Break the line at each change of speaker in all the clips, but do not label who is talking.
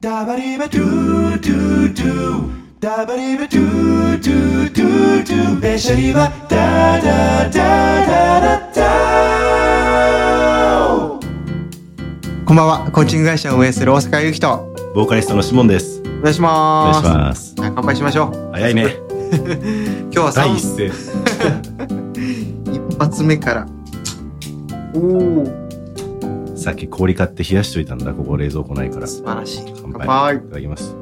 ダバリバトゥトゥトゥダバリバトゥトゥトゥトゥベシャリバダダダダダダ
こんばんは、コーチング会社を運営する大阪ゆきと。
ボーカリストのシモンです。
お願いし
お願
ま
い
す。
します。
乾杯しましょう。
早いね。
今日は
第
三
一 声。
一発目から。おお、
さっき氷買って冷やしといたんだ、ここ冷蔵庫ないから。
素晴らしい。
乾杯。
乾杯
いただきます。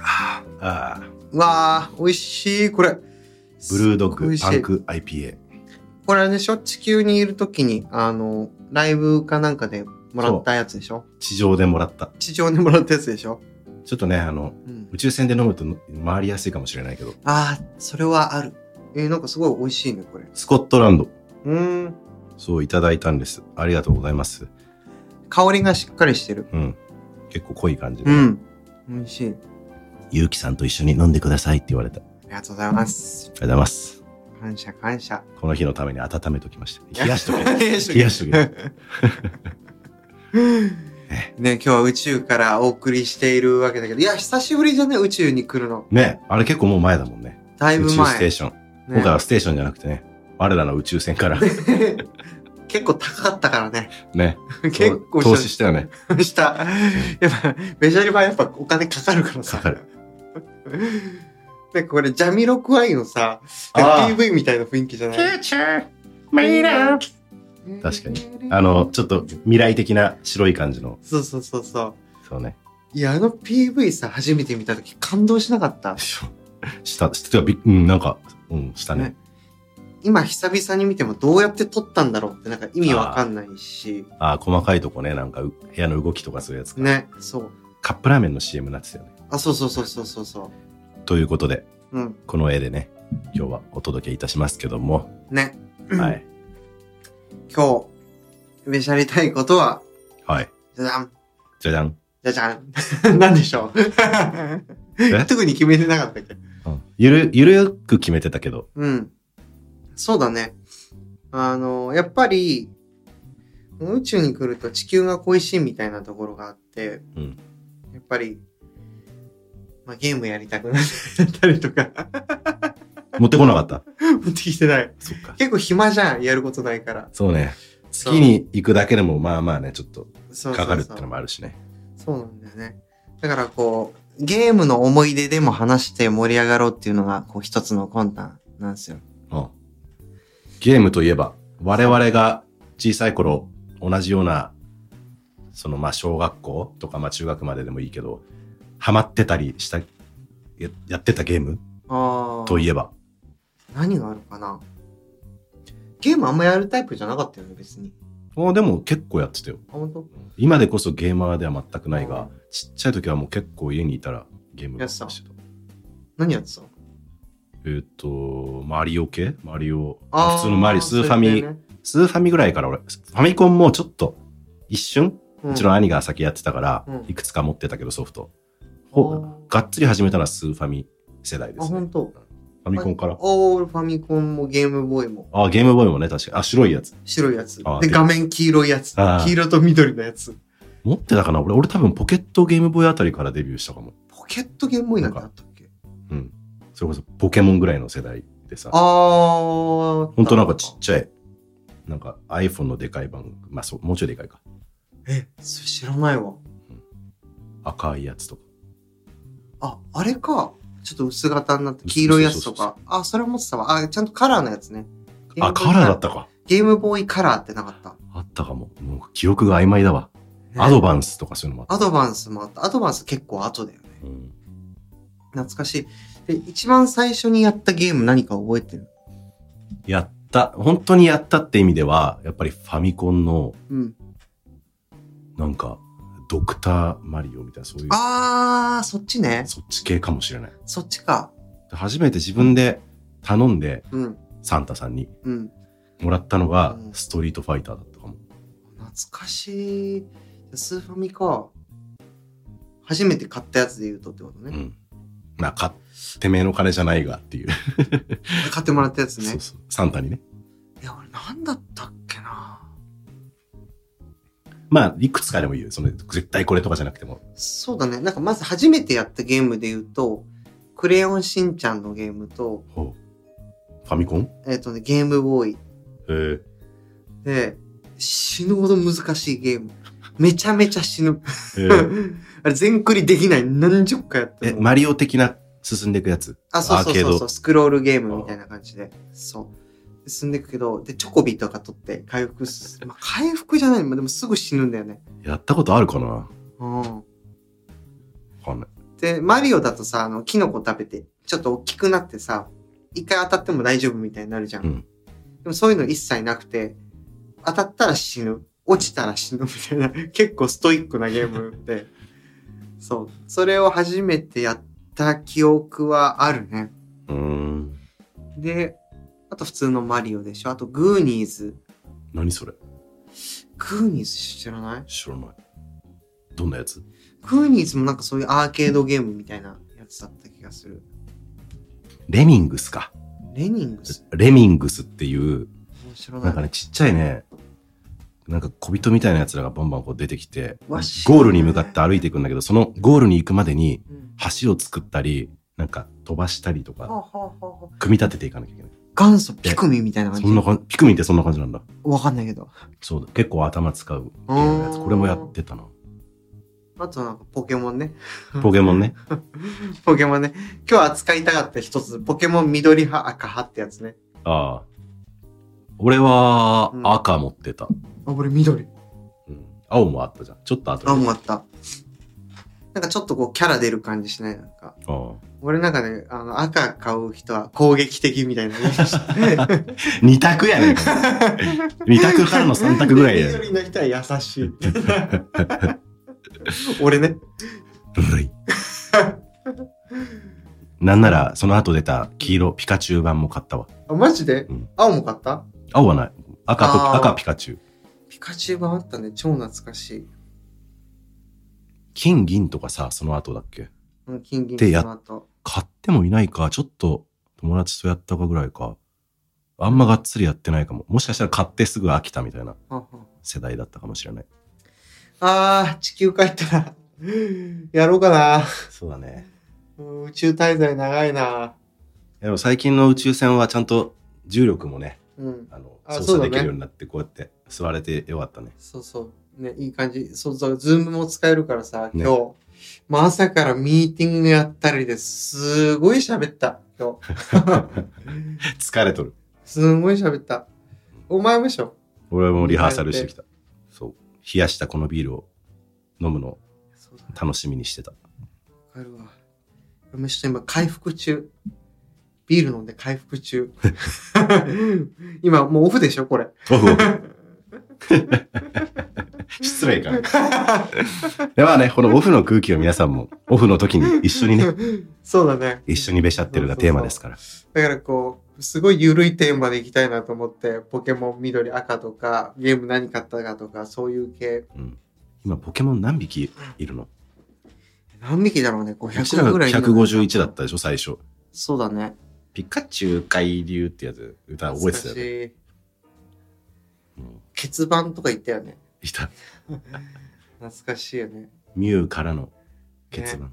ああ、
うわあ、美味しい、これ。
ブルードッ
美
グ
味し
パン
い。
ク IPA。
これはね、しょ地球にいるときに、あの、ライブかなんかでもらったやつでしょ
地上でもらった。
地上でもらったやつでしょ
ちょっとね、あの、
うん。
宇宙船で飲むと回りやすいかもしれないけど、
ああ、それはある。えー、なんかすごい美味しいね、これ。
スコットランド、
うーん。
そういただいたんです。ありがとうございます。
香りがしっかりしてる。
うん。結構濃い感じで、
うん。美味しい。
ゆうきさんと一緒に飲んでくださいって言われた。あり
ありがとうございます。
がとうございます。
感謝感謝。
この日のために温めときました。 冷やしとけ。
冷やし
冷やしとけ。
ね、今日は宇宙からお送りしているわけだけど、いや、久しぶりじゃね、宇宙に来るの。
ね、あれ結構もう前だもんね。
だい
宇
ぶ
宙ス
前。
テーション。今回はステーションじゃなくてね、我らの宇宙船から
ね 結構高かったからね。
ね、
結構
投資したよね。
した。やっぱ、メジャーリバーやっぱお金かかるからさ。
かかる。
で、これ、ジャミロクワイのさ、
あー
PV みたいな雰囲気じゃない
確かに。あの、ちょっと未来的な白い感じの、
そうそうそうそう。
そうね。
いや、あの PV さ、初めて見たとき感動しなかった。
した、した、びうん、なんか、うん、したね
ね。今、久々に見てもどうやって撮ったんだろうって、なんか意味わかんないし。
ああ、細かいとこね、なんかう部屋の動きとかそういうやつか。
ね、そう。
カップラーメンの CM になってたよね。
あ、そうそうそうそうそうそ
ということで、
う。うん。
この絵でね、今日はお届けいたしますけども、
ね。
はい。
今日、めしゃりたいことは、
はい。
じゃじゃん。
じゃじゃん。
じゃじゃん。 なんでしょう 特に決めてなかったっけ
うんゆる、ゆるく決めてたけど、
うん。そうだね。あの、やっぱり、宇宙に来ると地球が恋しいみたいなところがあって、
うん
やっぱり、まあ、ゲームやりたくなったりとか、
持ってこなかった。
持ってきてない。
そっか。
結構暇じゃん、やることないから。
そうね。
そう
月に行くだけでも、まあまあね、ちょっと
そうそうそう
かかるってのもあるしね。
そうなんだよね。だからこう、ゲームの思い出でも話して盛り上がろうっていうのが、こう一つの魂胆なんですよ。
うん。ゲームといえば、我々が小さい頃、同じような、そのまあ小学校とかまあ中学まででもいいけど、ハマってたりした、ややってたゲーム
あ
といえば、
何があるかなゲームあんまやるタイプじゃなかったよね、別に。
もうでも結構やってたよ。
あ、本当
今でこそゲーマーでは全くないが
う、
ちっちゃい時はもう結構家にいたらゲームばっかりしてた。
何やってた
えーっ、と、マリオ系マリオ、
あー
普通のマリオ、スーファ
そうい
ミ
う系ね
スーファミぐらいから俺、ファミコンもちょっと、一瞬、
う
うんちの兄が先やってたから、
うん
いくつか持ってたけどソフト。
あ
ほがっつり始めたのはスーファミ世代で
あ、
すね
本。当。
ファミコンから。
オールファミコンもゲームボーイも
あ、ゲームボーイもね、確かに。あ、白いやつ。
白いやつ。
あ
で、
で
画面黄色いやつ。
あー
黄色と緑のやつ。
持ってたかな俺、俺多分ポケットゲームボーイあたりからデビューしたかも。
ポケットゲームボーイなんてあったっけ
うん。それこそポケモンぐらいの世代でさ
あ。ー。
ほんとなんかちっちゃい。なんか iPhone のでかい版。まあそう、もうちょいでかいか。
え、それ知らないわ。
赤いやつとか。
あ、あれか。ちょっと薄型になって、黄色いやつと
そうそう
か。あ、それ持ってたわ。あ、ちゃんとカラーのやつね。。
あ、カラーだったたか。
ゲームボーイカラーってなかった。
あったかも。もう記憶が曖昧だわ。アド
ンス。
バンスとかそういうのもあった。
アドバンスもあった。アドバンス結構後だよね。
うん
懐かしい。で、一番最初にやったゲーム何か覚えてる
やった、本当にやったって意味では、やっぱりファミコンの、
うん。
なんか、ドクターマリオみたいな、そういう、
あー、そっちね。
そっち系かもしれない。
そっちか。
で初めて自分で頼んで、
うん。
サンタさんに
うん。
もらったのが
う、ん
ストリートファイターだったかも。
懐かしい。スーファミか。初めて買ったやつで言うとってこと
う
ね。
ん。まあ、買ってめえの金じゃないがっていう。
買ってもらったやつ
そ
ね
う。そう。サンタにね。
いや、俺なんだったっけな
まあ、いくつかでもいいよ。その、絶対これとかじゃなくても。
そうだね。なんかまず初めてやったゲームで言うと、クレヨンしんちゃんのゲームと、
ほうファミコン
えっ、とね、ゲームボーイ
えー、
で、死ぬほど難しいゲーム。めちゃめちゃ死ぬ。
え ー
あれ全クリできない。何十回やって
え、
も。
マリオ的な進んでいくやつ。
あ、そうそうそう
アーケー
そ
ド
う、スクロールゲームみたいな感じで。そう。進んでいくけど、で、チョコビとか取って回復す、まあ、回復じゃない、まあ、でもすぐ死ぬんだよね。
やったことあるかなわ
うん。
かんない。
で、マリオだとさ、あの、キノコ食べて、ちょっと大きくなってさ、一回当たっても大丈夫みたいになるじゃん。
うん
でもそういうの一切なくて、当たったら死ぬ、落ちたら死ぬみたいな、結構ストイックなゲーム で、そう。それを初めてやった記憶はあるね。
うーん。
で、あと普通のマリオでしょ。あとグーニーズ。
何それ
グーニーズ知らない
知らない。どんなやつ
グーニーズもなんかそういうアーケードゲームみたいなやつだった気がする。
レミングスか。
レニングス
レミングスっていう、
面白
なん
な
か
い。
ね、ちっちゃいね、なんか小人みたいなやつらがバンバンこう出てきて、ゴ
わ知らない
ールに向かって歩いていくんだけど、そのゴールに行くまでに
うん
橋を作ったり、なんか飛ばしたりと
はあ
か、
はあはあはあ
組み立てていかなきゃいけない。
元祖ピクミンみたいな感じ
そんな感じ、ピクミンってそんな感じなんだ。
わかんないけど。
そうだ。結構頭使うゲームのやつ。これもやってたな。
あとなんかポケモンね。
ポケモンね。
ポケモンね。今日扱いたかった一つ、ポケモン緑派、赤派ってやつね。
ああ。俺は赤持ってた。
あ、俺緑。
うん青もあったじゃん。ちょっと後で。
あ、もうあった。なんかちょっとこうキャラ出る感じしないなんか。
ああ
俺なんかね、あの、赤買う人は攻撃的みたい な。
二択やね ん。二択からの三択ぐらいやねん。
緑の人は優しい。 俺ね。
はいなんなら、その後出た黄色、ピカチュウ版も買ったわ。
あ、マジで、
うん
青も買った
青はない。赤
あ
と、
ー
赤ピカチュウ。
ピカチュウ版あったね。超懐かしい。
金銀とかさ、その後だっけ
うん、金銀
でやっ
その後。
買ってもいないか、ちょっと友達とやったかぐらいか。あんまがっつりやってないかも。もしかしたら買ってすぐ飽きたみたいな
はんはん
世代だったかもしれない。
あー、地球帰ったら、 やろうかな。
そうだね。
うん宇宙滞在長いな。
でも最近の宇宙船はちゃんと重力もね、
うん。
あの
あ
操
そう
作
だね
できるようになって、こうやって座れてよかったね。
そうそう。ね、いい感じ。そうそう、ズームも使えるからさ、今
ね
日。まあ朝からミーティングやったりですごい喋った、今日。
疲れとる。
すごい喋った。お前もでしょ
俺もリハーサルしてきた。そう。冷やしたこのビールを飲むのを
そうだ、
楽しみにしてた。
わかるわ。俺もちょっと今回復中。ビール飲んで回復 中。今もうオフでしょこれ。
オフオフ。失礼かな。でまあね、このオフの空気を皆さんも、オフの時に一緒にね、
そうだね。
一緒にべしゃってるがテーマですから。
だからこう、すごい緩いテーマでいきたいなと思って、ポケモン緑赤とか、ゲーム何買ったかとか、そういう系。
うん今、ポケモン何匹いるの
何匹だろうね
うちらが
?500 ぐらいいるのかな。
151だったでしょ、最初。
そうだね。
ピカチュウ海流ってやつ、歌覚えてた
懐か
よね。
しい
うん
欠番とか言ったよね。
いた。
懐かしいよね。
ミュウからの結論。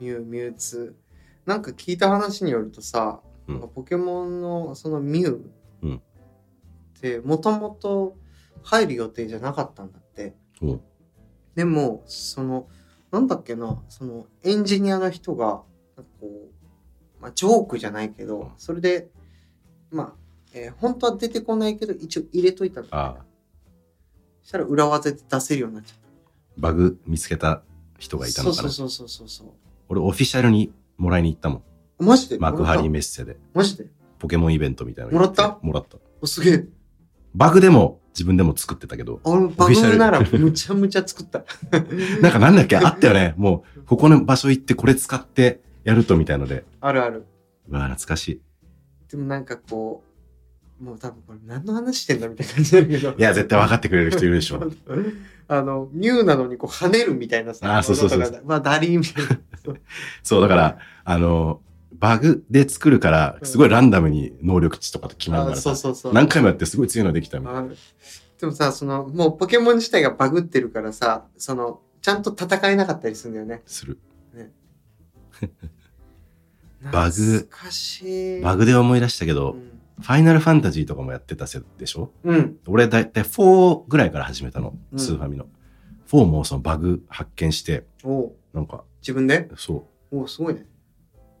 ミュウ、ミュウツー。なんか聞いた話によるとさ、
うん
なんかポケモンのそのミュウ
うん
って、もともと入る予定じゃなかったんだって。
おう
でもそのなんだっけなそのエンジニアの人がなんかこう、まあ、ジョークじゃないけ
うん
どそれでまあ、えー本当は出てこないけど一応入れといたみたい
ああ
な、そしたら裏技で出せるようになっちゃっ
バグ見つけた人
た
がいた
そ
の
う
か
そ
な
う。そうそうそうそう
俺、オフィシャルにもらいに行ったもん。
マジで
幕張
もらっ
メッセで。
たマジで
ポケモンイベントみたいなの
もらった
もらった。
おすげえ
バグでも自分でも作ってたけど。
俺バ
ィシャ
グ
ル
ならむちゃむちゃ作った
なんかなんだっけあったよね。もう、ここの場所行ってこれ使ってやるとみたいので。
あるある
うわ懐かしい。
でもなんかこうもう多分これ何の話してんだみたいな感じだけど
いや、絶対分かってくれる人いるでしょ。
あの、ミューなのにこう跳ねるみたいなさ。
あそうそうそう
音がまあ、ダリーみたいな。
そう、だから、あの、バグで作るから、すごいランダムに能力値とかと決まるか
あ
ら
そう
さ。
そうそう。
何回もやってすごい強いのできたみたいな。
あででもさ、その、もうポケモン自体がバグってるからさ、その、ちゃんと戦えなかったりするんだよね。
する。
懐
バグ
かしい。
バグで思い出したけど、
うん。
ファイナルファンタジーとかもやってたせでしょ
うん。
俺だいたい4ぐらいから始めたの、
うん
スーファミの。4もそのバグ発見して、
おう
なんか、
自分で
そう、
おうすごいね。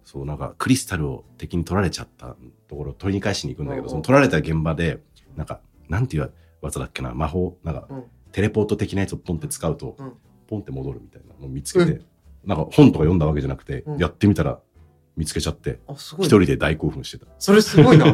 そう、なんかクリスタルを敵に取られちゃったところを取り返しに行くんだけ
うんう
ど、
ん
その取られた現場で、なんか、なんていう技だっけな、魔法、なんか、
うん
テレポート的なやつをポンって使うと、
うん
ポンって戻るみたいなのを見つけて、なんか本とか読んだわけじゃなくて、
うん
やってみたら見つけちゃって、
あ、すごい、
一
ね。
人で大興奮してた。
それすごい な。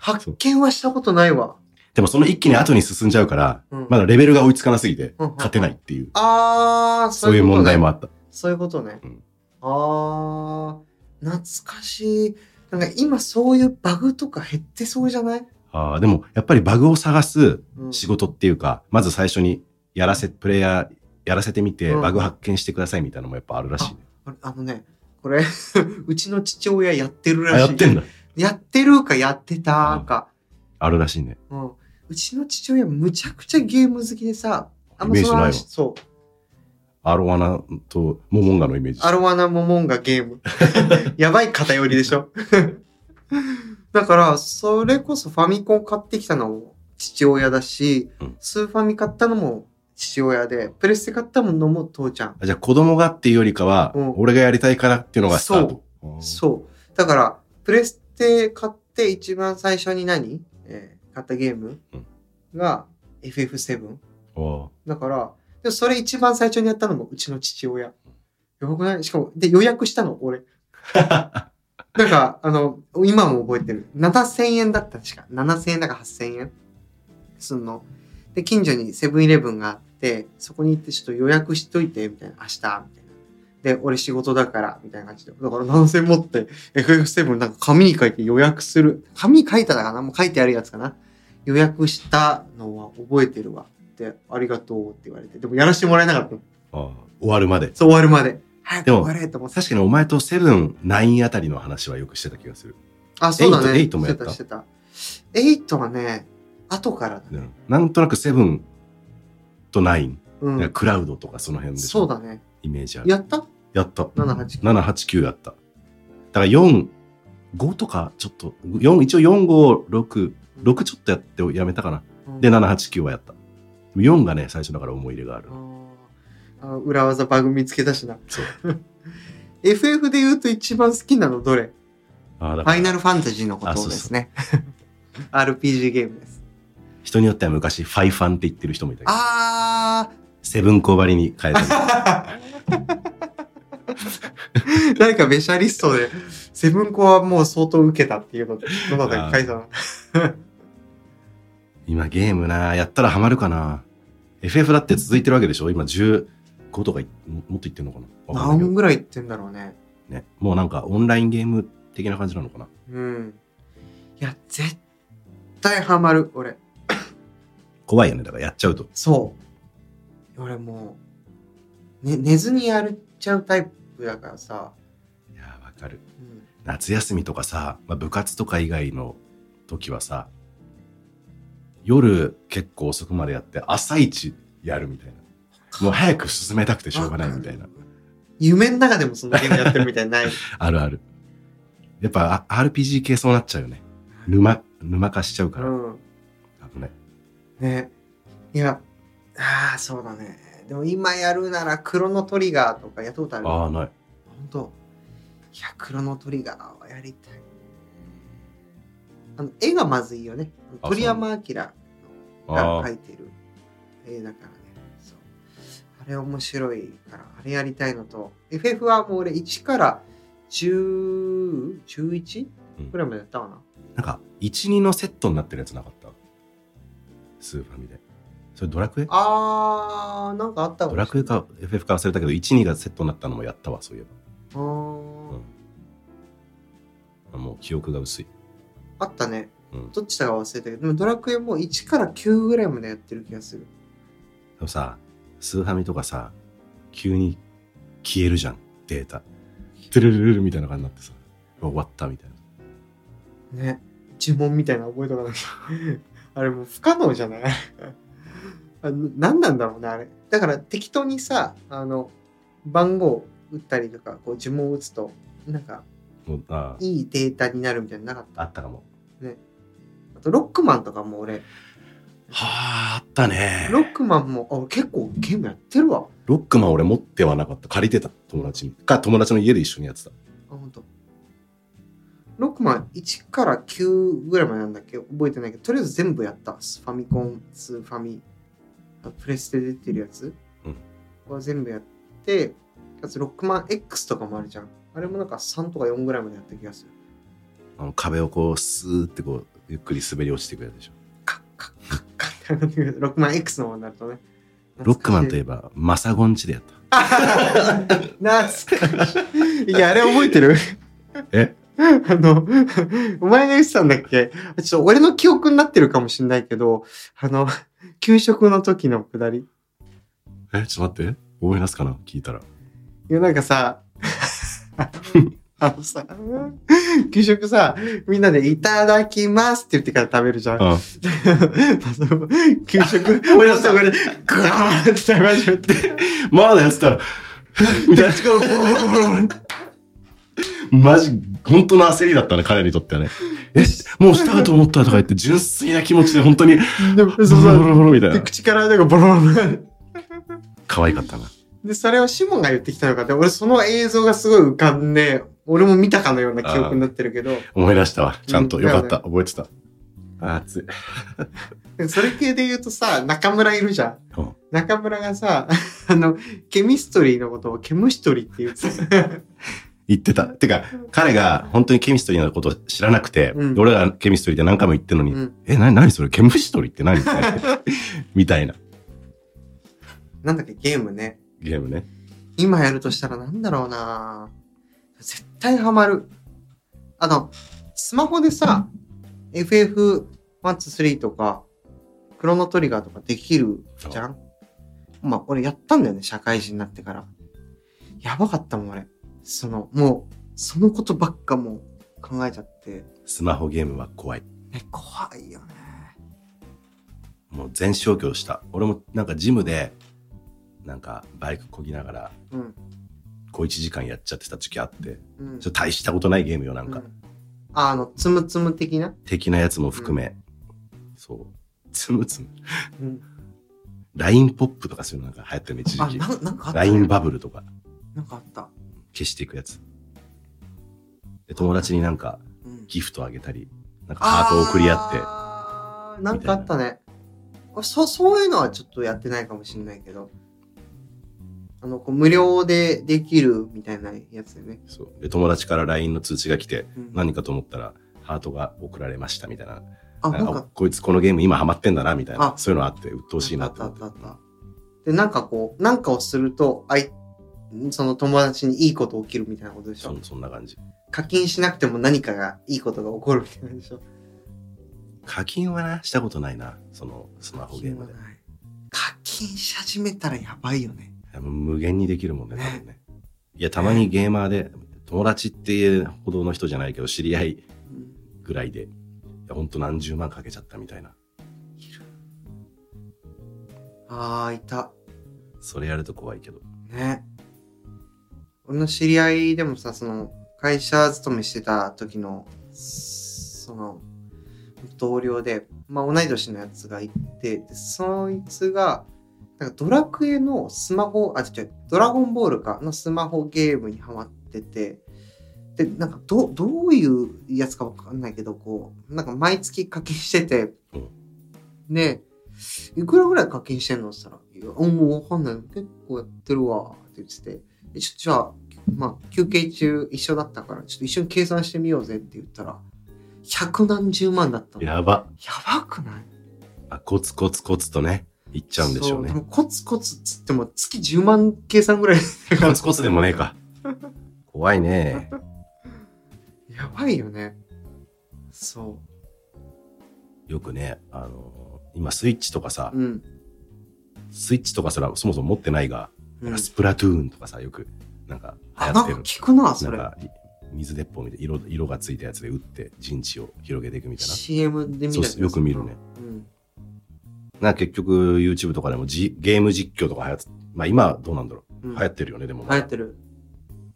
発見はしたことないわ。
でもその一気に後に進んじゃうから、
うん
まだレベルが追いつかなすぎて、
うんうん
勝てないっていう、
ああ、
そういう
ことね
問題もあった。
そういうことね。
うん
ああ、懐かしい。なんか今そういうバグとか減ってそうじゃない、
あーでも、やっぱりバグを探す
うん、
仕事っていうか、まず最初にやらせ、プレイヤーやらせてみて、
うん
バグ発見してくださいみたいなのもやっぱあるらしいね。
あれあのね、これ、 うちの父親やってるらしい。
あ、やってんだ。
やってるかやってたか。
あるらしいね。
うん。うちの父親むちゃくちゃゲーム好きでさ、あんま
イメー
そ
ジ
の
ないわ
話、そう。
アロワナとモモンガのイメージ。
アロワナモモンガゲーム。 やばい偏りでしょ だから、それこそファミコン買ってきたのも父親だし、
うん
スーファミ買ったのも父親で、プレステ買ったものも父ちゃん。
あじゃあ子供がっていうよりかは、
うん
俺がやりたいからっていうのがスタート。あー
そう。だから、プレステ買って一番最初に何、えー買ったゲーム
うん
が FF7。
あ
だから、でもそれ一番最初にやったのもうちの父親。やばくないしかも、で、予約したの、俺。
ー
なんか、あの、今も覚えてる。7000円だったしか。7000円だか8000円すんの。で、近所にセブンイレブンがあって、そこに行ってちょっと予約しといて、みたいな。明日、みたいな。で、俺仕事だから、みたいな感じで。だから7000円持って、FF7 なんか紙に書いて予約する。紙に書いただかなもう書いてあるやつかな。予約したのは覚えてるわ。で、ありがとうって言われて。でもやらせてもらえなかったの。
あー終わるまで。
そう終わるまで。早く
でも
終われと思って。
確かにお前とセブン、ナインあたりの話はよくしてた気がする。
あ、そうだね。
エイトエイトもやった
してた。してたエイトはね、後からだね。
うんなんとなくセブンとナイン、
う
なん
ん。
かクラウドとかその辺でし
そ
ょ
うだね。
イメージある。
やった
やった。
?789。
7、8、9やった。だから4、5とかちょっと、4、一応4、5、6、6ちょっとやってやめたかな。
うん
で、7、8、9はやった。4がね、最初だから思い入れがある
あ。ーあ裏技バグ見つけたしな。
そう。
FF で言うと一番好きなのどれ
ああ、だ
フ
か
ァイ
ら
ナルファンタジーのこと
あ
を
そうそう
ですね。RPG ゲームです。
人によっては昔、ファイファンって言ってる人もいたけど、
あ
セブンコバリに変えたり。
ー誰かベシャリスト で、セブンコはもう相当受けたっていうので、どなたか書いたな。
今ゲームな、やったらハマるかな。FF だって続いてるわけでしょ今15とかいももっと言ってるのかなわかんないけ
何
ど
ぐらい言ってんだろうね。
ね。もうなんかオンラインゲーム的な感じなのかな。
うん。いや、絶対ハマる、俺。
怖いよね。だからやっちゃうと。
そう。俺もう、ね、寝ずにやっちゃうタイプだからさ。
いやー、わかる。
うん
夏休みとかさ、まあ、部活とか以外の時はさ夜結構遅くまでやって朝一やるみたいなもう早く進めたくてしょうがないみたい
わ
な
かる夢の中でもそのゲームやってるみたいにない。
あるあるやっぱあ RPG 系そうなっちゃうよね沼沼化しちゃうから、
うん。
危ない
ね。いや、ああ、そうだね。でも今やるなら、クロノトリガーとかやったことある。
ああない
本当いや、クロノトリガーはやりたい。あの、絵がまずいよね。
あ
鳥山明。
あ
が
あ
書いてる絵だからねそうあれ面白いからあれやりたいのと FF はもう俺1から1011
うん
ぐらいまでやったかな、
なんか12のセットになってるやつなかったスーファミでそれドラクエ
あーなんかあった
ド
も
ラクエか FF か忘れたけど12がセットになったのもやったわそういえ
あー
ばもう記憶が薄い
あったね、
うん
どっちだか忘れたけどでもドラクエも1から9ぐらいまでやってる気がする
でもさ、スーハミとかさ、急に消えるじゃん、データ。トゥルルルルみたいな感じになってさ、うわ終わったみたい な。
ね呪文みたいな覚えとかなきゃ あれもう不可能じゃないあの何なんだろうねあれだから適当にさあの番号打ったりとかこう呪文を打つとなんか
もうあー
いいデータになるみたいなのなかっ
あったかも。
たあとロックマンとかも俺
はあ、あったね。
ロックマンもあ俺結構ゲームやってるわ
ロックマン俺持ってはなかった。借りてた。友達に。か、友達の家で一緒にやってた。
あ本当。ロックマン1から9ぐらいまでなんだっけ覚えてないけどとりあえず全部やったファミコンスーファミあプレステで出てるやつ、
うん
は全部やってかつロックマン X とかもあるじゃんあれもなんか3とか4ぐらいまでやった気がする
あの壁をこう、スーってこう、ゆっくり滑り落ちてくれるでしょ。
カッカッカッカッって上がってくるロックマン X の方になるとね
ロックマンといえ
ば
ば、マサゴンチでやった。
懐かしいいやあれ覚えてる
え
あの、お前が言ってたんだっけちょっと俺の記憶になってるかもしれないけど、あの、給食の時のくだり。い
え、ちょっと待って。思い出すかな聞いたら。
や、なんか さ、あのさ、給食さ、みんなでいただきますって言ってから食べるじゃん。
うん。
その給食、 俺のさ、これ、グワーって食べ始めて。
まだやってたら、みたいな力をボロボロボロボロマジ、本当の焦りだったね、彼にとってはね。え、もうしたと思ったとか言って、純粋な気持ちで本当に、
でも、そう
ボ
そ
ロボロボ
う。
ロボロみたい
で
な。
口からなんかボロボロ。
可愛かったな。
で、それをシモンが言ってきたのかって、俺その映像がすごい浮かんで、俺も見たかのような記憶になってるけど、
思い出したわ。ちゃんと。
うん
よかった。覚えてた。あー熱い。
でそれ系で言うとさ、中村いるじゃん。
うん
中村がさ、あの、ケミストリーのことをケムシトリーって言ってた。
言ってた。てか、彼が本当にケミストリーのことを知らなくて、
うん
で俺らケミストリーって何回も言ってるのに、
うん
え、なになにそれケムシトリーって何 みたいなみたいな
なんだっけ、ゲームね。
ゲームね。
今やるとしたらなんだろうな絶対ハマる。あの、スマホでさ、FF123 とか、クロノトリガーとかできるじゃんまあ、俺やったんだよね、社会人になってから。やばかったもん、俺。その、もう、そのことばっかもう考えちゃって。
スマホゲームは怖い。
ね、怖いよね。
もう全消去した。俺もなんかジムで、なんかバイクこぎながら、
うん。
こう1時間やっちゃってた時期あって、
うん。
ちょっと大したことないゲームよ、なんか。
うんあ、あの、つむつむ的な。
的なやつも含め、そう。つむつむ。
うん。
LINE ポップとかそういうのなんか流行ってるの一
あ、
時期。
ななんかあった、
LINE バブルとか
なんかあった。
消していくやつ。で、友達になんか
うん。
ギフトあげたり、なんかハートを送り合って、
あーなんかあったねあそそういうのはちょっとやってないかもしれないけどあのこう無料でできるみたいなやつでね、
そう。で、友達から LINE の通知が来て、
うん
何かと思ったら、ハートが送られましたみたいな。
あ
な
なんん
か
か
こいつこのゲーム今ハマってんだなみたい
あ
なそういうのあって鬱陶しいなって
あ
思
っ
って
たあったあったでなんかこうなんかをするとあいその友達にいいこと起きるみたいなことでし
そ
ょ
んそんな感じ
課金しなくても何かがいいことが起こるみたいなんでしょ
課金はなしたことないなそのスマホゲームで
課金し始めたらやばいよね
無限にできるもんね多分ねいやたまにゲーマーで友達っていうほどの人じゃないけど知り合い
うん
ぐらいでいやほんと何十万かけちゃったみたいな
ああいた
それやると怖いけど
ね。俺の知り合いでもさ、その、会社勤めしてた時の、その、同僚で、まあ同い年のやつがいて、で、そいつが、なんかドラクエのスマホ、あ、違う、ドラゴンボールかのスマホゲームにハマってて、で、なんかど、どういうやつかわかんないけど、こう、なんか毎月課金してて
うん、
で、いくらぐらい課金してんのって言ったら、いや、もうわかんない。結構やってるわ。って言ってて、えちょじゃあ、まあ、休憩中一緒だったから、ちょっと一緒に計算してみようぜって言ったら、百何十万だったの。や
やば
ばくない
あコツコツコツとねいっちゃうんでしょ
そ
うね
でもコツコツっつっても月10万計算ぐらい だか
コ
ら
ツコツでもね えか怖いね
やばいよね。そ
よくねあの今スイッチとかさ、
う。うん。
スイッチとかすらそもそも持ってないが、
う
なん
ん
か、スプラトゥーンとかさ、よく、なんか流
あ、
行
な
っ
ん
て
か
る。
聞くな、そ
なん
れ。
か、い水鉄砲みたいな色、色がついたやつで打って陣地を広げていくみたいな。
CM で見た
そう
や
っ
つ
すよく見るね。
うん。
な結局 YouTube とかでもじゲーム実況とか流行って、まあ今はどうなんだろう。
うん
流行ってるよね、でも。
流行ってる。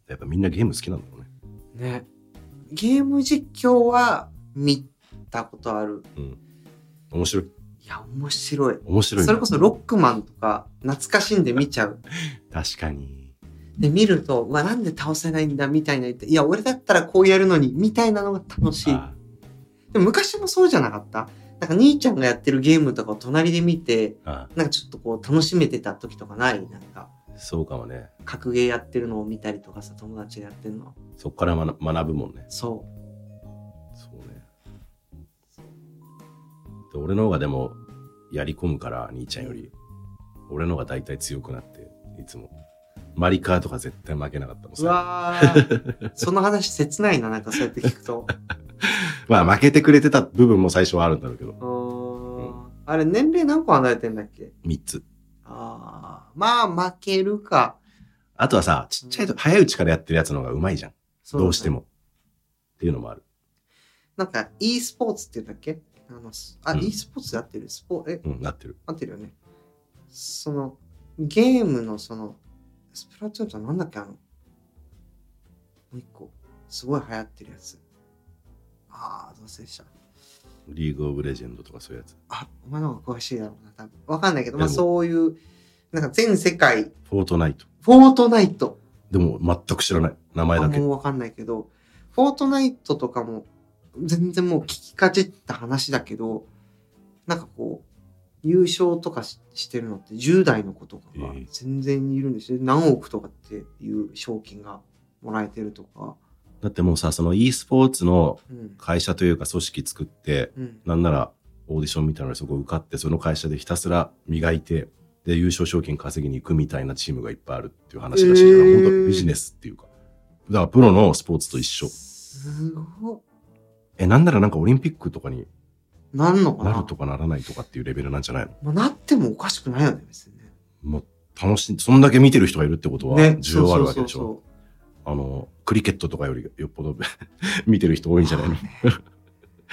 やっぱみんなゲーム好きなんだろうね。
ね。ゲーム実況は見たことある。
面白い。
いや、面白い。
面白いな。
それこそロックマンとか懐かしんで見ちゃう。
確かに。
で、見ると、うわ、なんで倒せないんだみたいな言って、いや、俺だったらこうやるのに、みたいなのが楽しい。
あ
でも昔もそうじゃなかったなんか兄ちゃんがやってるゲームとかを隣で見て、
あ
なんかちょっとこう楽しめてた時とかないなんか、
そうかもね。
格ゲーやってるのを見たりとかさ、友達がやってるの。
そこから学学ぶもんね。
そ
そうね。で俺の方がでも、やり込むから、兄ちゃんより。俺の方が大体強くなって、いつも。マリカーとか絶対負けなかったもん
う。うわー その話切ないな、なんかそうやって聞く と。
まあ負けてくれてた部分も最初はあるんだろうけど、
うーんあれ、年齢何個離れてんだっけ
3つ。
ああ、まあ負けるか。
あとはさ、ちっちゃいと、早いうちからやってるやつの方がうまいじゃん。
そだね
どうして。も。っていうのもある。
なんか e スポーツって言うんだっけあの、すあ、
うん
e スポーツで合ってるスポえ、
うん、なってる。
合ってるよね。その、ゲームのその、スプラトゥーンとはなんだっけあの、もう一個、すごい流行ってるやつ。ああ、どうせでした。
リーグオブレジェンドとかそういうやつ。
あ、お前の方が詳しいだろうな、多分。わかんないけど、
で
ま
も
あそういう、なんか全世界、
フォートナイト。
フォートナイト。
でも全く知らない。名前だけ
あ。もうわかんないけど、フォートナイトとかも、全然もう聞きかじった話だけど、なんかこう、優勝とかししてるのって10代の子とかが
ええ
全然いるんですよ。何億とかっていう賞金がもらえてるとか。
だってもうさ、その e スポーツの
うん。
会社というか組織作って、
うん。
なんならオーディションみたいなのにそこ受かって、その会社でひたすら磨いて、で、優勝賞金稼ぎに行くみたいなチームがいっぱいあるっていう話らしいから、
えー
本当ビジネスっていうか。だからプロのスポーツと一緒。
すごい。
え、なんならなんかオリンピックとかに
なんのかな
なるとかならないとかっていうレベルなんじゃないの
まあ、なってもおかしくないよね、別にね。
もう楽しい、そんだけ見てる人がいるってことは
ね、
需要あるわけでし
そうそうそう
ょ。
そう
あの、クリケットとかよりよっぽど 見てる人多いんじゃないの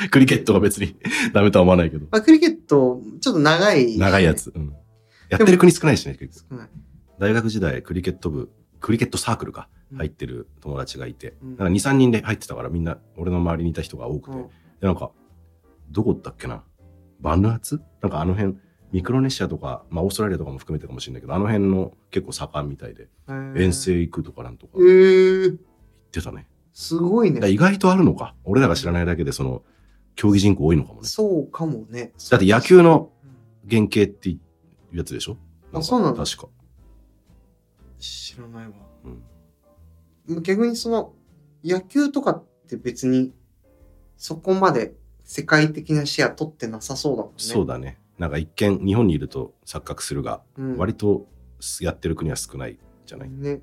クリケットが別にダメとは思わないけど。
まあ、クリケット、ちょっと長い。
長いや。つ。うんやってる国少ないしね、結構。
少ない。
大学時代クリケット部クリケットサークルか
うん
入ってる友達がいて、
うん
なんか23人で入ってたからみんな俺の周りにいた人が多くて、
うん
でなんかどこだっけなバヌアツなんかあの辺ミクロネシアとか、まあ、オーストラリアとかも含めてかもしれないけどあの辺の結構盛んみたいで、
へー
遠征行くとかなんとか
え
行っ
ー、
てたね、
すごい
だ
ね
から。意外とあるのか俺らが知らないだけでその競技人口多いのかもね
そうかもね。
だって野球の原型っていうやつでしょ
あそうなの
確か、
知らないわ。
うん
逆にその野球とかって別にそこまで世界的なシェア取ってなさそうだもんね。
そうだねなんか一見日本にいると錯覚するが
うん、
割とやってる国は少ないじゃない、
ね。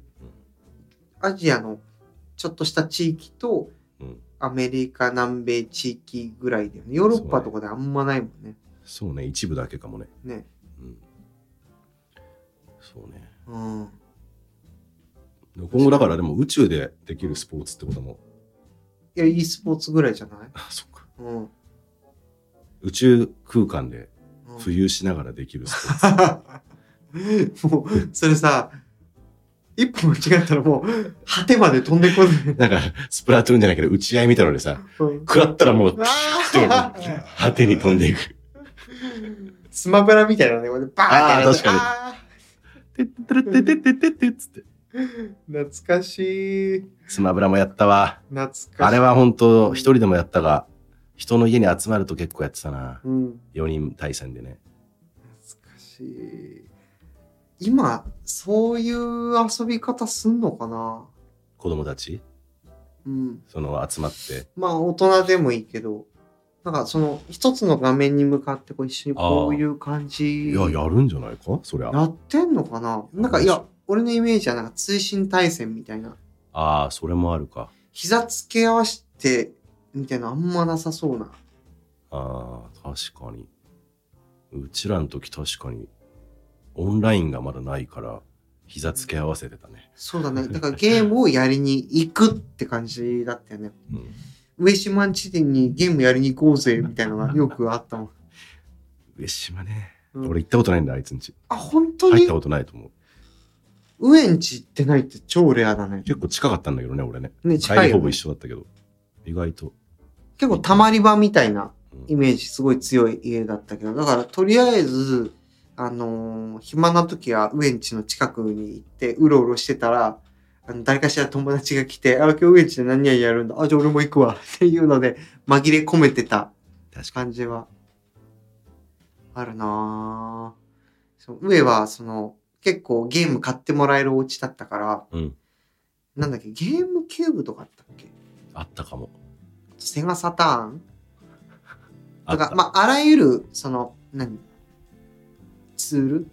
アジアのちょっとした地域と
うん
アメリカ、南米地域ぐらいだよね。ヨーロッパとかであんまないもんね。
そうね一部だけかもね、
ね。
うん、そうね
うん。
で今後だからでも宇宙でできるスポーツってことも
いや、e スポーツぐらいじゃない
あそっか
うん。うん
宇宙空間で浮遊しながらできるスポーツ
もう、それさ、一歩間違ったらもう、果てまで飛んでこない。
なんかスプラトゥーンじゃないけど打ち合いみたいなのでさ
うん
食らったらもうピュッ
あ
て
ー
果てに飛んでいく
スマブラみたいなね、これバーン
あ
っ
ー
て
確かにてってれってってってってっつって
に。懐かしい。
スマブラもやったわ
懐かしい。
あれは本当一人でもやったが人の家に集まると結構やってたな
うん。
4人対戦でね
懐かしい。今、そういう遊び方すんのかな
子供たち
うん。
その集まって
まあ、大人でもいいけど、なんかその、一つの画面に向かってこう一緒にこういう感じ。
いややるんじゃないかそりゃ
なってんのかななんかいや、俺のイメージはなんか通信対戦みたいな。
ああそれもあるか
膝つけ合わせて、みたいなあんまなさそうな。
ああ確かにうちらの時確かにオンラインがまだないから膝つけ合わせてたね、
そう だね。だからゲームをやりに行くって感じだったよね。
うん、
上島んちにゲームやりに行こうぜみたいなのがよくあったもん。
上島ね
うん
俺行ったことないんだ、あいつんち。
あ、本当
入っ
に
たことないと思う。
ウエンチ行ってないって超レアだね。
結構近かったんだけどね、俺ね。
ね、
帰
近い
り
よ
ほ
ね、
ぼ一緒だったけど。意外と。
結構たまり場みたいな
うん
イメージすごい強い家だったけど、だからとりあえず、あのー暇な時はウエンチの近くに行って、うろうろしてたら、あの誰かしら友達が来て、あ、今日ウエンチで何々やるんだ。あ、じゃあ俺も行くわ。 っていうので、紛れ込めてた
確か
感じはあるなぁそう上はその結構ゲーム買ってもらえるお家だったから、
うん
なんだっけゲームキューブとかあったっけ
に。あったかも。
セガサターン
あ
と
っ
か
た。
まああらゆるその何ツール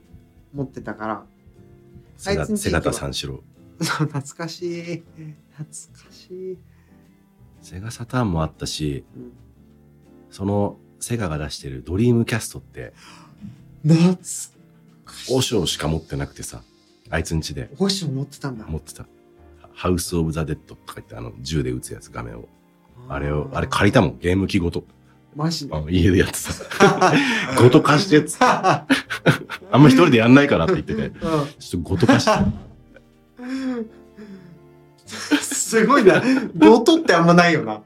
持ってたから
セ
あい
ガ
つんち
セガタ三四郎。
懐かしい懐かしい、
セガサターンもあったし、
うん
そのセガが出してるドリームキャストって、
懐かしい
オショしか持ってなくてさ、あいつんちで
おしも持ってたんだ
持ってた。ハウス・オブ・ザ・デッドとか言って、あの、銃で撃つやつ、画面を。あれを、あれ借りたもん、ゲーム機ごと。
マジで
あの家でやってさ、ごと貸してっつって、あんま一人でやんないからって言って て、
うん
ちょっとごと貸して。
すごいな。ゴトってあんまないよな。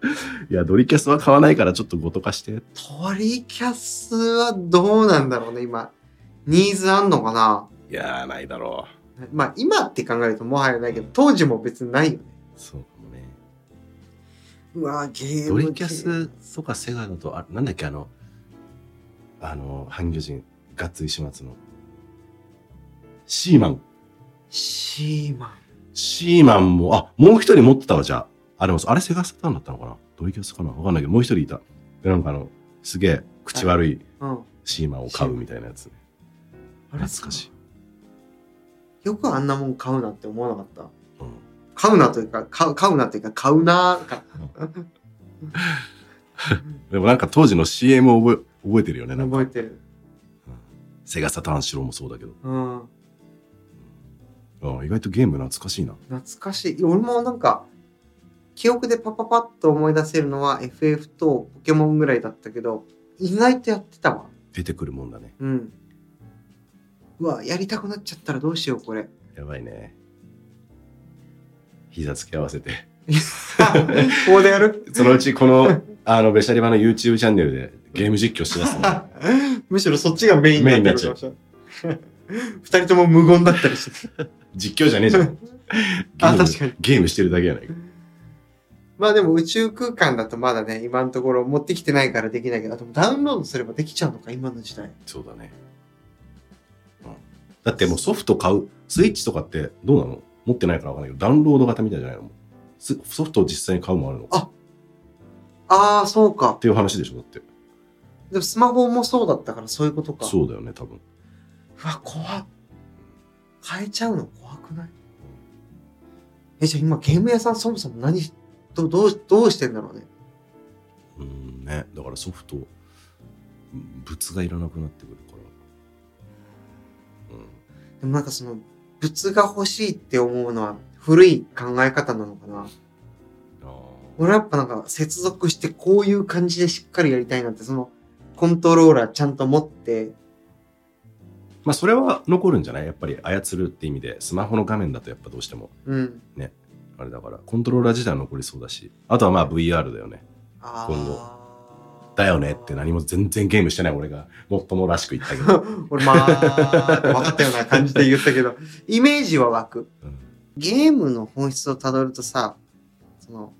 いや、ドリキャスは買わないから、ちょっとごと貸して。
トリキャスはどうなんだろうね、今。ニーズあんのかない
やー、ないだろ
まあ、今って考えるともはやないけど、当時も別にないよね。
う。そうかもね。
うわゲーム系
ドリキャスとかセガだと、あなんだっけ、あの、あの、半魚人、ガッツ石松の。シーマン。
シーマン。
シーマンも、あ、もう一人持ってたわ、じゃあ。あ、でも、あれセガサターンだったのかなドリキャスかなわかんないけど、もう一人いた。で、なんかあの、すげえ、口悪い
うん。
シーマンを買うみたいなやつね。
あれ
懐かしい。
よくあんなもん買うなって思わなかった。
うん
買うなというか、買う買うなというか、買うなーか。
でもなんか当時の CM を覚え覚えてるよね。なんか
覚えてる。
セガサターンシロもそうだけど。
うん。
うん意外とゲーム懐かしいな。
懐かしい。俺もなんか、記憶でパパパッと思い出せるのは FF とポケモンぐらいだったけど、意外とやってたわ。
出てくるもんだね。
うん。うわ、やりたくなっちゃったらどうしよう、 これ。
やばいね。膝つき合わせて。
ここでやる
そのうち この、あの、べしゃり場の YouTube チャンネルでゲーム実況しだすね。
むしろそっちがメインになってるかもしれない。二人とも無言だったりして。
実況じゃねえじゃん。ゲ ー
あ、
ム
確かに。
ゲームしてるだけやないか。
まあでも宇宙空間だとまだね、今のところ持ってきてないからできないけど、でもダウンロードすればできちゃうのか、今の時代。
そうだね。うんだってもうソフト買う、スイッチとかってどうなの持ってないからわかんないけど、ダウンロード型みたいじゃないのすソフトを実際に買うもあるの
あ
っ
ああ、そうか。
ていう話でしょだって。
でもスマホもそうだったからそういうことか。
そうだよね、多分。
うわ、怖っ。変えちゃうの怖くないえ、じゃあ今ゲーム屋さんそもそも何、どどうどうしてんだろうね。
うんね、だからソフト、うん物がいらなくなってくるから。うん
でもなんかその、物が欲しいって思うのは古い考え方なのかな。
あ
俺はやっぱなんか接続してこういう感じでしっかりやりたいなって、その、コントローラーちゃんと持って、
まあそれは残るんじゃないやっぱり操るって意味でスマホの画面だとやっぱどうしても
うん。
あれだからコントローラー自体は残りそうだしあとはまあ VR だよね
あ
今後
ー
だよねって何も全然ゲームしてない俺がもっともらしく言ったけど、
俺まあ、分かったような感じで言った けど、イメージは湧く。
うん
ゲームの本質をたどるとさ、その、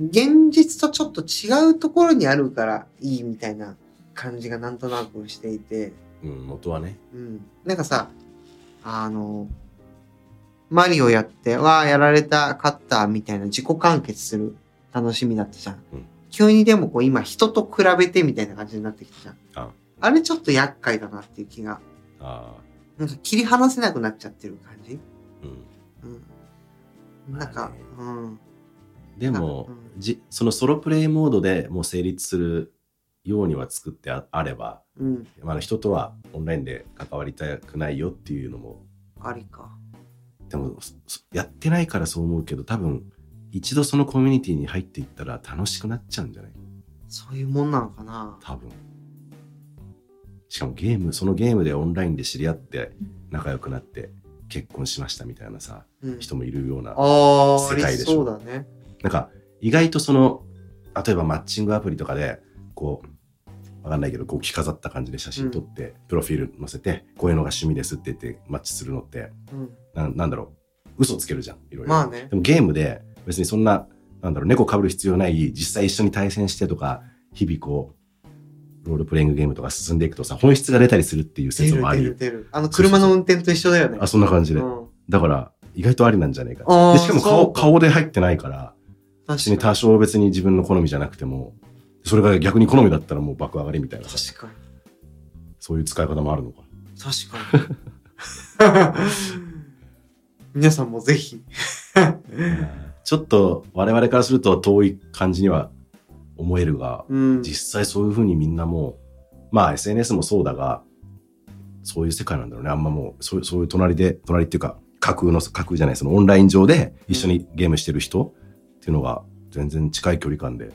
現実とちょっと違うところにあるからいいみたいな感じがなんとなくしていて、
うん、元はね
うん。なんかさ、あの、マリオやって、わあ、やられた、勝った、みたいな自己完結する楽しみだったじゃん。
うん
急にでもこう今人と比べてみたいな感じになってきたじゃん。
あ
あれちょっと厄介だなっていう気が
あ
なんか切り離せなくなっちゃってる感じ。
ーうん
うん。なん
まあ
か
ね、
うん。
でも、
う
じそのソロプレイモードでもう成立するようには作ってああれば
うん。
まあ、人とはオンラインで関わりたくないよっていうのも
ありか。
でもそそやってないからそう思うけど多分一度そのコミュニティに入っていったら楽しくなっちゃうんじゃない
そういうもんなのかな。
多分しかもゲームそのゲームでオンラインで知り合って仲良くなって結婚しましたみたいなさ
うん
人もいるような
ああ、あ
世
り
界でし
そ
ょ
うだね。
なんか意外とその例えばマッチングアプリとかでこうわかんないけどこう着飾った感じで写真撮って、プロフィール載せてこういうのが趣味ですって言ってマッチするのって
うん、
ななんだろう嘘つけるじゃんいろいろ、
まあね
で。もゲームで別にそんななんだろう猫かぶる必要ない実際一緒に対戦してとか日々こうロールプレイングゲームとか進んでいくとさ本質が出たりするっていう
出
説
る
もあ
出
り
る出る。あの車の運転と一緒だよね。
あそんな感じで、
うん
だから意外とありなんじゃねえか
あー
でしかも
そ
顔
うか
顔で入ってないから別に
確か
多少別に自分の好みじゃなくてもそれが逆に好みだったらもう爆上がりみたい
に。
なさ
確かに。
そういう使い方もあるのか
確かに。皆さんもぜひ。
ちょっと我々からすると遠い感じには思えるが
うん。
実際そういうふうにみんなもうまあ SNS もそうだがそういう世界なんだろうねあんまもうそうそういう隣で隣っていうか架空の架空じゃないそのオンライン上で一緒にゲームしてる人っていうのが全然近い距離感でっ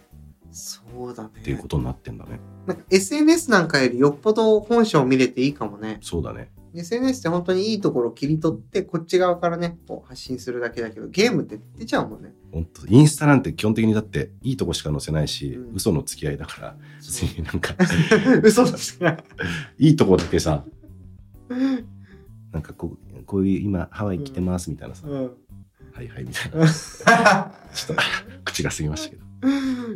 そうだね。
ていうことになってんだね
なんか SNS なんかよりよっぽど本性を見れていいかもね。
そうだね
SNS って本当にいいところを切り取って、こっち側からね、こう発信するだけだけど、ゲームって出ちゃうもんね。
本当インスタなんて基本的にだっていいとこしか載せないし、
うん
嘘の付き合いだから別になんか
嘘だしな。
いいとこだけさなんかこうこういう今ハワイ来てますみたいなさ、
うん。
はいはいみたいなちょっと口が過ぎましたけど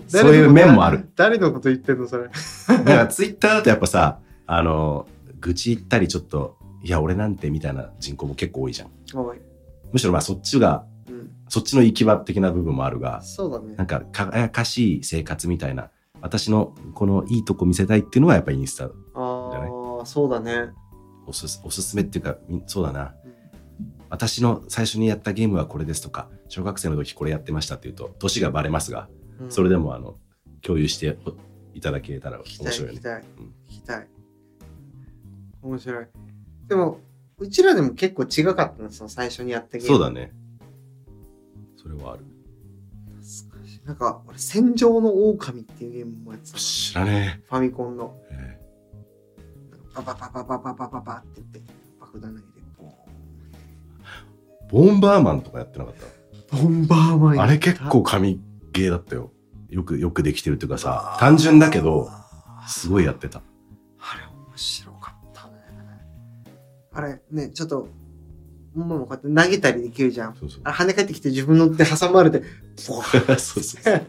そう
誰
い
の
う面もある。
誰のこと言ってんのそれ。
だからツイッターだとやっぱさあの愚痴言ったりちょっといや俺なんてみたいな人口も結構多いじゃん
おい。
むしろまあそっちが
うん。
そっちの行き場的な部分もあるが
そうだ
な
ね
ん。か輝かしい生活みたいな私のこのいいとこ見せたいっていうのはやっぱインスタじゃ
ああ、そうだね。
おすすおすすめっていうかみそうだな
うん
私の最初にやったゲームはこれですとか小学生の時これやってましたっていうと年がバレますが
うん
それでもあの共有していただけたら
聞き
面
たい
白いよ
聞き
ね
たい
うん
聞きたい面白いでもうちらでも結構違かったのその最初にやったゲーム
そうだねそれはある
懐かしいなんか俺「戦場の狼っていうゲームもやってたのフ
知らね
ァミコンの
ええ
バババババババババって言って爆弾投げてボ
えボンバーマンとかやってなかった
ーンボンバーマンや
あ
った
れ結構神ゲーだったよ。よく、よくできてるっていうかさ、単純だけど、
あー
すごいやってた。
あれ面白かったねあれねちょっともうこうやって投げたりできるじゃん
そうそう
あ。れ跳ね返ってきて自分の手挟まれてボーン
そうそうそう。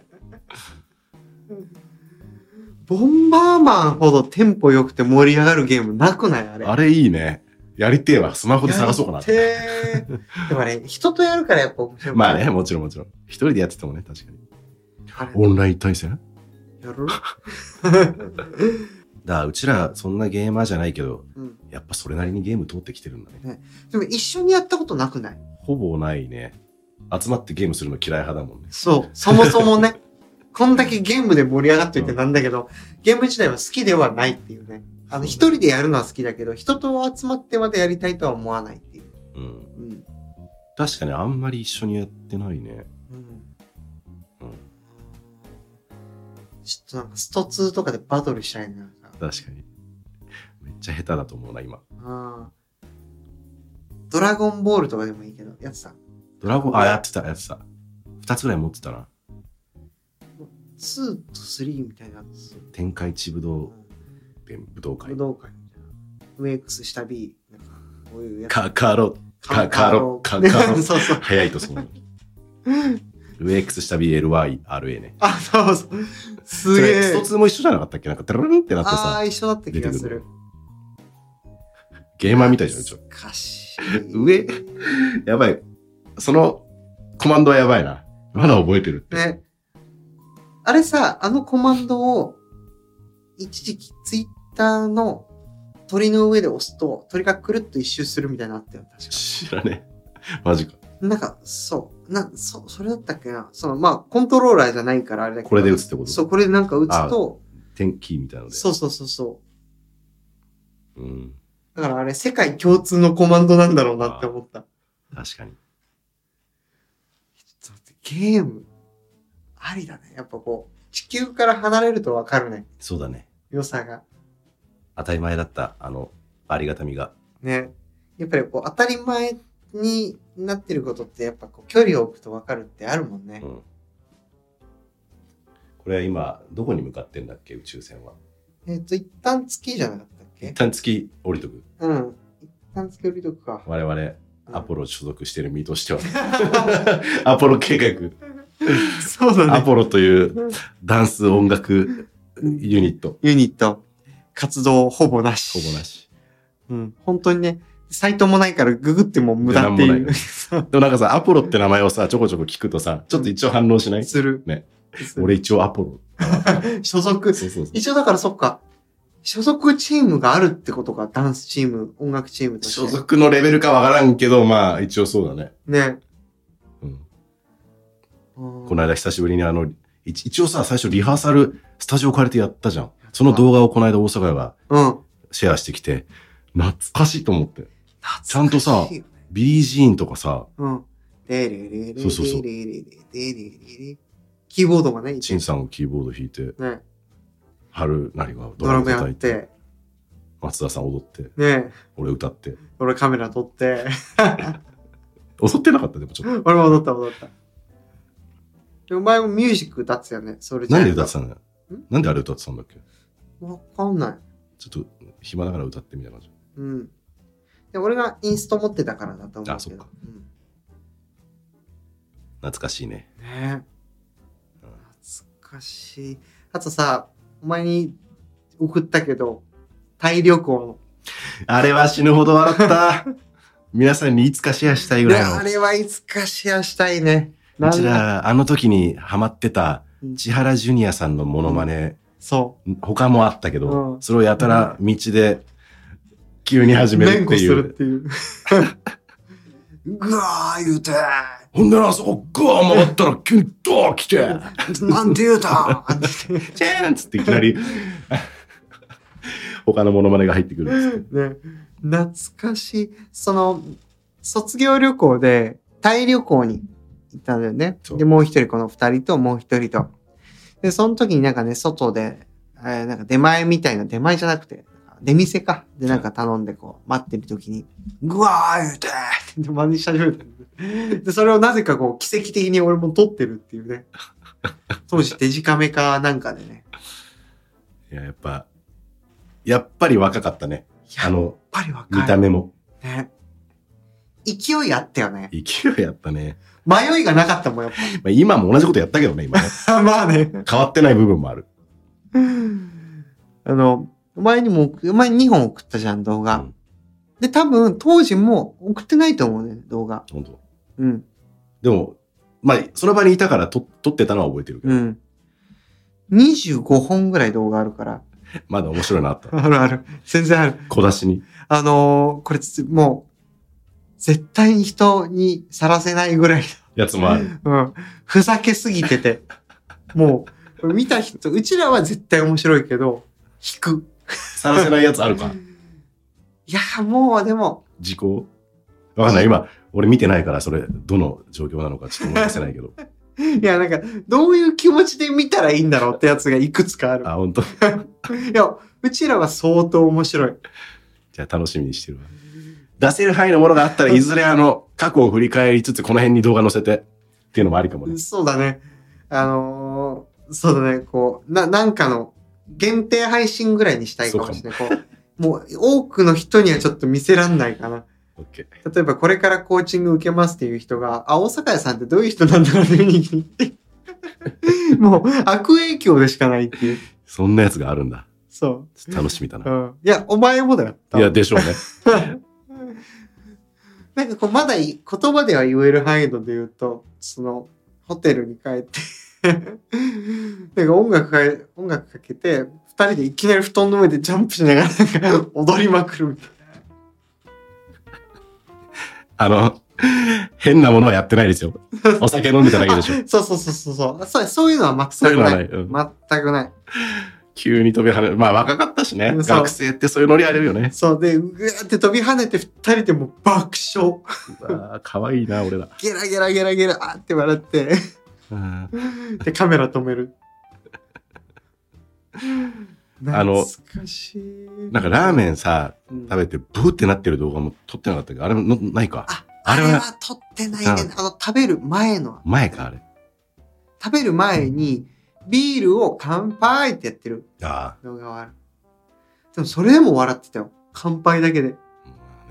ボンバーマンほどテンポ良くて盛り上がるゲームなくないあれ。
あれいいね。やりてえわ。スマホで探そうかな
やり。てーでもあれ、人とやるからやっぱ面白い。
まあね、。もちろんもちろん。一人でやっててもね、確かに。
あれ
オンライン対戦
やる
だからうちら、そんなゲーマーじゃないけど、
うん
やっぱそれなりにゲーム通ってきてるんだね。
でも一緒にやったことなくない
ほぼないね。集まってゲームするの嫌い派だもんね。
そう。そもそもね。こんだけゲームで盛り上がっといてなんだけど、ゲーム自体は好きではないっていうね。あの、
そう
一人でやるのは好きだけど、人と集まってまでやりたいとは思わないっていう。
うん。
うん。
確かにあんまり一緒にやってないね。
うん。
うん
ちょっとなんか、スト2とかでバトルしたいな。なんか
確かに。めっちゃ下手だと思うな、今。
あードラゴンボールとかでもいいけど、やつさ、
ドラゴン、あ、やってた、やってた。二つぐらい持ってたな。
2と3みたいなやつ。
天界一
う
武
ん
道伝武道会
武。道会みたいな。ウェイクスした B、なんか、こういうやつ。
カカロ、カカロ、カ
ね
カロ。
そうそう。
早いとそうなる。UX した BLYRA ね。
あ、そうそう。
そ
すげ
れ、
え。
スト2も一緒じゃなかったっけなんか、テロルンってなって
あ
さ
あ、、一緒だった気がす
出て
る
くる。ゲーマーみたいじゃん、ちょ。
懐かしい。
上やばい。そのコマンドはやばいな。まだ覚えてるって。
ね。あれさ、あのコマンドを、一時期ツイッターの鳥の上で押すと、鳥がくるっと一周するみたいなのあったよ、確か。
知らねえ。マジか。
なんか、そう。な、そ、それだったっけな。その、まあ、コントローラーじゃないからあれだけど。
これで打つってこと
そう、これでなんか打つと、
天気みたいなので。
そうそうそうそ
うん。
う。だからあれ、世界共通のコマンドなんだろうなって思った。
確
ちょ
かに。
っと待ってゲーム、ありだね。やっぱこう、地球から離れるとわかるね。
そうだね。
良さが。
当たり前だった、あの、ありがたみが。
ね。やっぱりこう当たり前になってることってやっぱこう距離を置くと分かるってあるもんね
う。ん。これは今、どこに向かってんだっけ、宇宙船は。
えっ、と、一旦月じゃなかったっ
一
け
旦月降りとく。
うん。一旦月降りとくか。
我々、
うん
アポロ所属してる身とし ては。アポロ計画。
そうだ
ア
ね。
ポロというダンス音楽ユニット。
ユニット、活動ほぼなし。
ほぼなし。
うん。本当にね、サイトもないからググっても無駄って
でないんもな
う。
い
そう
でもなんかさ、アポロって名前をさ、ちょこちょこ聞くとさ、ちょっと一応反応しない
する。
ね
する。
俺一応アポロ。
所属。
そうそうそう。
一応だからそっか。所属チームがあるってことか。ダンスチーム、音楽チームとして。
所属のレベルかわからんけど、まあ一応そうだね。
ね。
うん、
こ
この間久しぶりにあの、一一応さ、最初リハーサル、スタジオ借りてやったじゃん。その動画をこの間大阪が
うん。
シェアしてきて、懐かしいと思って。
ち
ちゃんとさビリー・ジーンとかさ、
うん。でれれれれれれれ
そうそうそう
でれれれれれキーボードがね、
チンさんがキーボード弾いて、
ね、
春成がド
ドラ
ラム
ムや
叩
っ
いて、
て、
松田さん踊って、
ね、
俺歌って。
俺カメラ撮って、
踊ってなかったでもちょっ
俺も踊った踊った。で、お前もミュージック歌ってたよね、それ
と。なんで歌ってたんだよ
ん。
なんであれ歌ってたんだっけ
わかんない。
ちょっと暇だから歌ってみたいな感じ。
うん。で、俺がインスト持ってたからだと思うけど。
あそっか
うん
懐かしいね。
ね
うん
懐かしい。あとさ、お前に送ったけど、タイ旅行の
あれは死ぬほど 笑った。皆さんにいつかシェアしたいぐ
ね
らい
あ
の。
れはいつかシェアしたいね。
うちら、あの時にハマってた
うん、
千原ジュニアさんのモノマネ、
そ
他もあったけど、
うん
それをやたら道で急に始
う。
める
連
って
呼す
い
るっ
う。
て いう。ぐわー言うて、
ほんでな、そこ、グワー曲がったら急にドー 来て、
なんて言う たんって
チェーンっつっていきなり、 他のモノマネが入ってくるっつって。
ね、懐かしい。その、卒業旅行で、タイ旅行に行ったんだよね。
そう
で、もう一人、この二人と、もう一人と。で、その時になんかね、外で、えーなんか出前みたいな、出前じゃなくて、出店か。で、なんか頼んで、こう、待ってる時に、ぐわー言うて、って真似し始めたんだよ。で、それをなぜかこう、奇跡的に俺も撮ってるっていう ね。当時、デジカメかなんかでね。
いや、やっぱ、やっぱり若かったね。あ
やっ
の、
ぱり若い。
見た目も。
ね。勢いあったよね。
勢いやったね。
迷いがなかったもん、やっ
まあ、今も同じことやったけどね、今ね。
ぱ。 まあね。
変わってない部分もある。
あの、前にも送、前に2本送ったじゃん、動画。
うん
で、多分、当時も送ってないと思うね、動画。
本当。
うん。
でも、まあ、その場にいたからと撮ってたのは覚えてるけど、
うん。25本ぐらい動画あるから。
まだ面白いなあった。
あるある。全然ある。
小出しに。
あのーこれ、つもう、絶対に人にさらせないぐらい
やつもある。
うん。ふざけすぎてて。もう、これ見た人、うちらは絶対面白いけど、引く。
さらせないやつあるか。
いやー、もう、でも、
時効わかんない。今、俺見てないから、それ、どの状況なのかちょっと思い出せないけ
い
ど。
や、なんか、どういう気持ちで見たらいいんだろうってやつがいくつかある。
あ、本当。
いや、うちらは相当面白い。
じゃあ楽しみにしてるわ。出せる範囲のものがあったらいずれあの、過去を振り返りつつ、この辺に動画載せてっていうのもありかもね。
そうだね。あのーそうだね、こう、な、なんかの、限定配信ぐらいにしたいかもしれない。こう、もう、多くの人にはちょっと見せらんないかな。
オッケー。
例えば、これからコーチング受けますっていう人が、あ、大阪屋さんってどういう人なんだろうって見に行って。 もう、悪影響でしかないっていう。
そんなやつがあるんだ。
そ
楽しみだ
う。う
な。
ん。いや、お前もだよ。
いや、でしょうね。
なんかこう、まだい言葉では言える範囲度で言うと、その、ホテルに帰って、 なんか音楽かえ、音楽かけて、二人でいきなり布団の上でジャンプしながら、なんか踊りまくるみたい
あの、変なものはやってないですよ。お酒飲んでただけでしょ。
な。 そうそうそうそうそう。そうそういうのは
そう
全
い
く
うのは
ない。
ない。うん
全くない。
急に飛び跳ねる。まあ若かったしね。
うんそう
学生ってそういうノリあるよね。
そうで、うわーって飛び跳ねて二人でもう爆笑。
ああ、可愛いな、俺ら。
ゲラゲラゲラゲラあーって笑って、
うん
で、カメラ止める。
あの
懐かしい。
なんかラーメンさ、
うん
食べてブーってなってる動画も撮ってなかったけど、あれものないか。
あ、
あ
あ
れ
れ
は
は撮ってないね。あの、食べる前の。
前か、あれ。
食べる前に、ビールを乾杯ってやってる
あ
動画はある。でも、それでも笑ってたよ。乾杯だけで。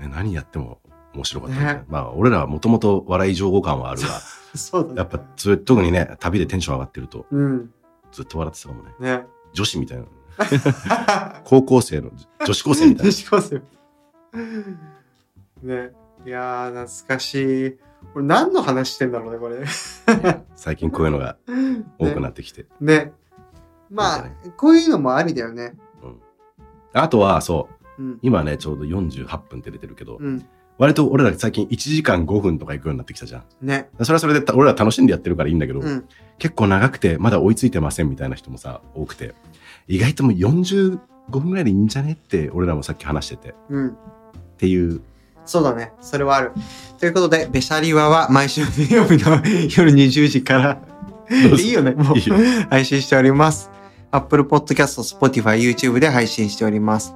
あ、ね、何やっても面白かったみたいな
ね
まあ、俺らはもともと笑い情報感はあ るが、
そうだね。
やっぱ、それ特にね、旅でテンション上がってると、
うん。
ずっと笑ってたかもね。
ね。
女子みたいな。高校生の、女子高生みた
女
いな。
子高生。ね。いやー、懐かしい。これ何の話してんだろうね、これ。
最近こういうのが多くな
っ
ってきて。
ね。ねま
なんか
あ、こういうのもありだよね。
あとは、そう、
うん。
今ね、ちょうど48分って出てるけど、
うん。
割と俺ら最近1時間5分とか行くようになってきたじゃん。
ね。
それはそれでた俺ら楽しんでやってるからいいんだけど、
うん。
結構長くてまだ追いついてませんみたいな人もさ多くて意外ともう45分ぐらいでいいんじゃねって俺らもさっき話しててっ
うん。
ていう
そうだね。それはある。ということで、ベシャリワは毎週土曜日の夜20時から、
どうぞ
いいよね、もう
いいよ
配信しております。Apple Podcast、Spotify、YouTube で配信しております。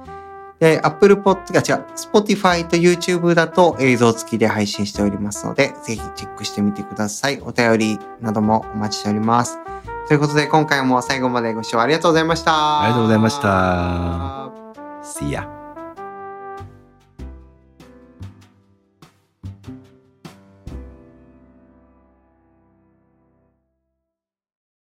で、Apple Podcast、違う、Spotify と YouTube だと映像付きで配信しておりますので、ぜひチェックしてみてください。お便りなどもお待ちしております。ということで、今回も最後までご視聴ありがとうございました。
ありがとうございました See ya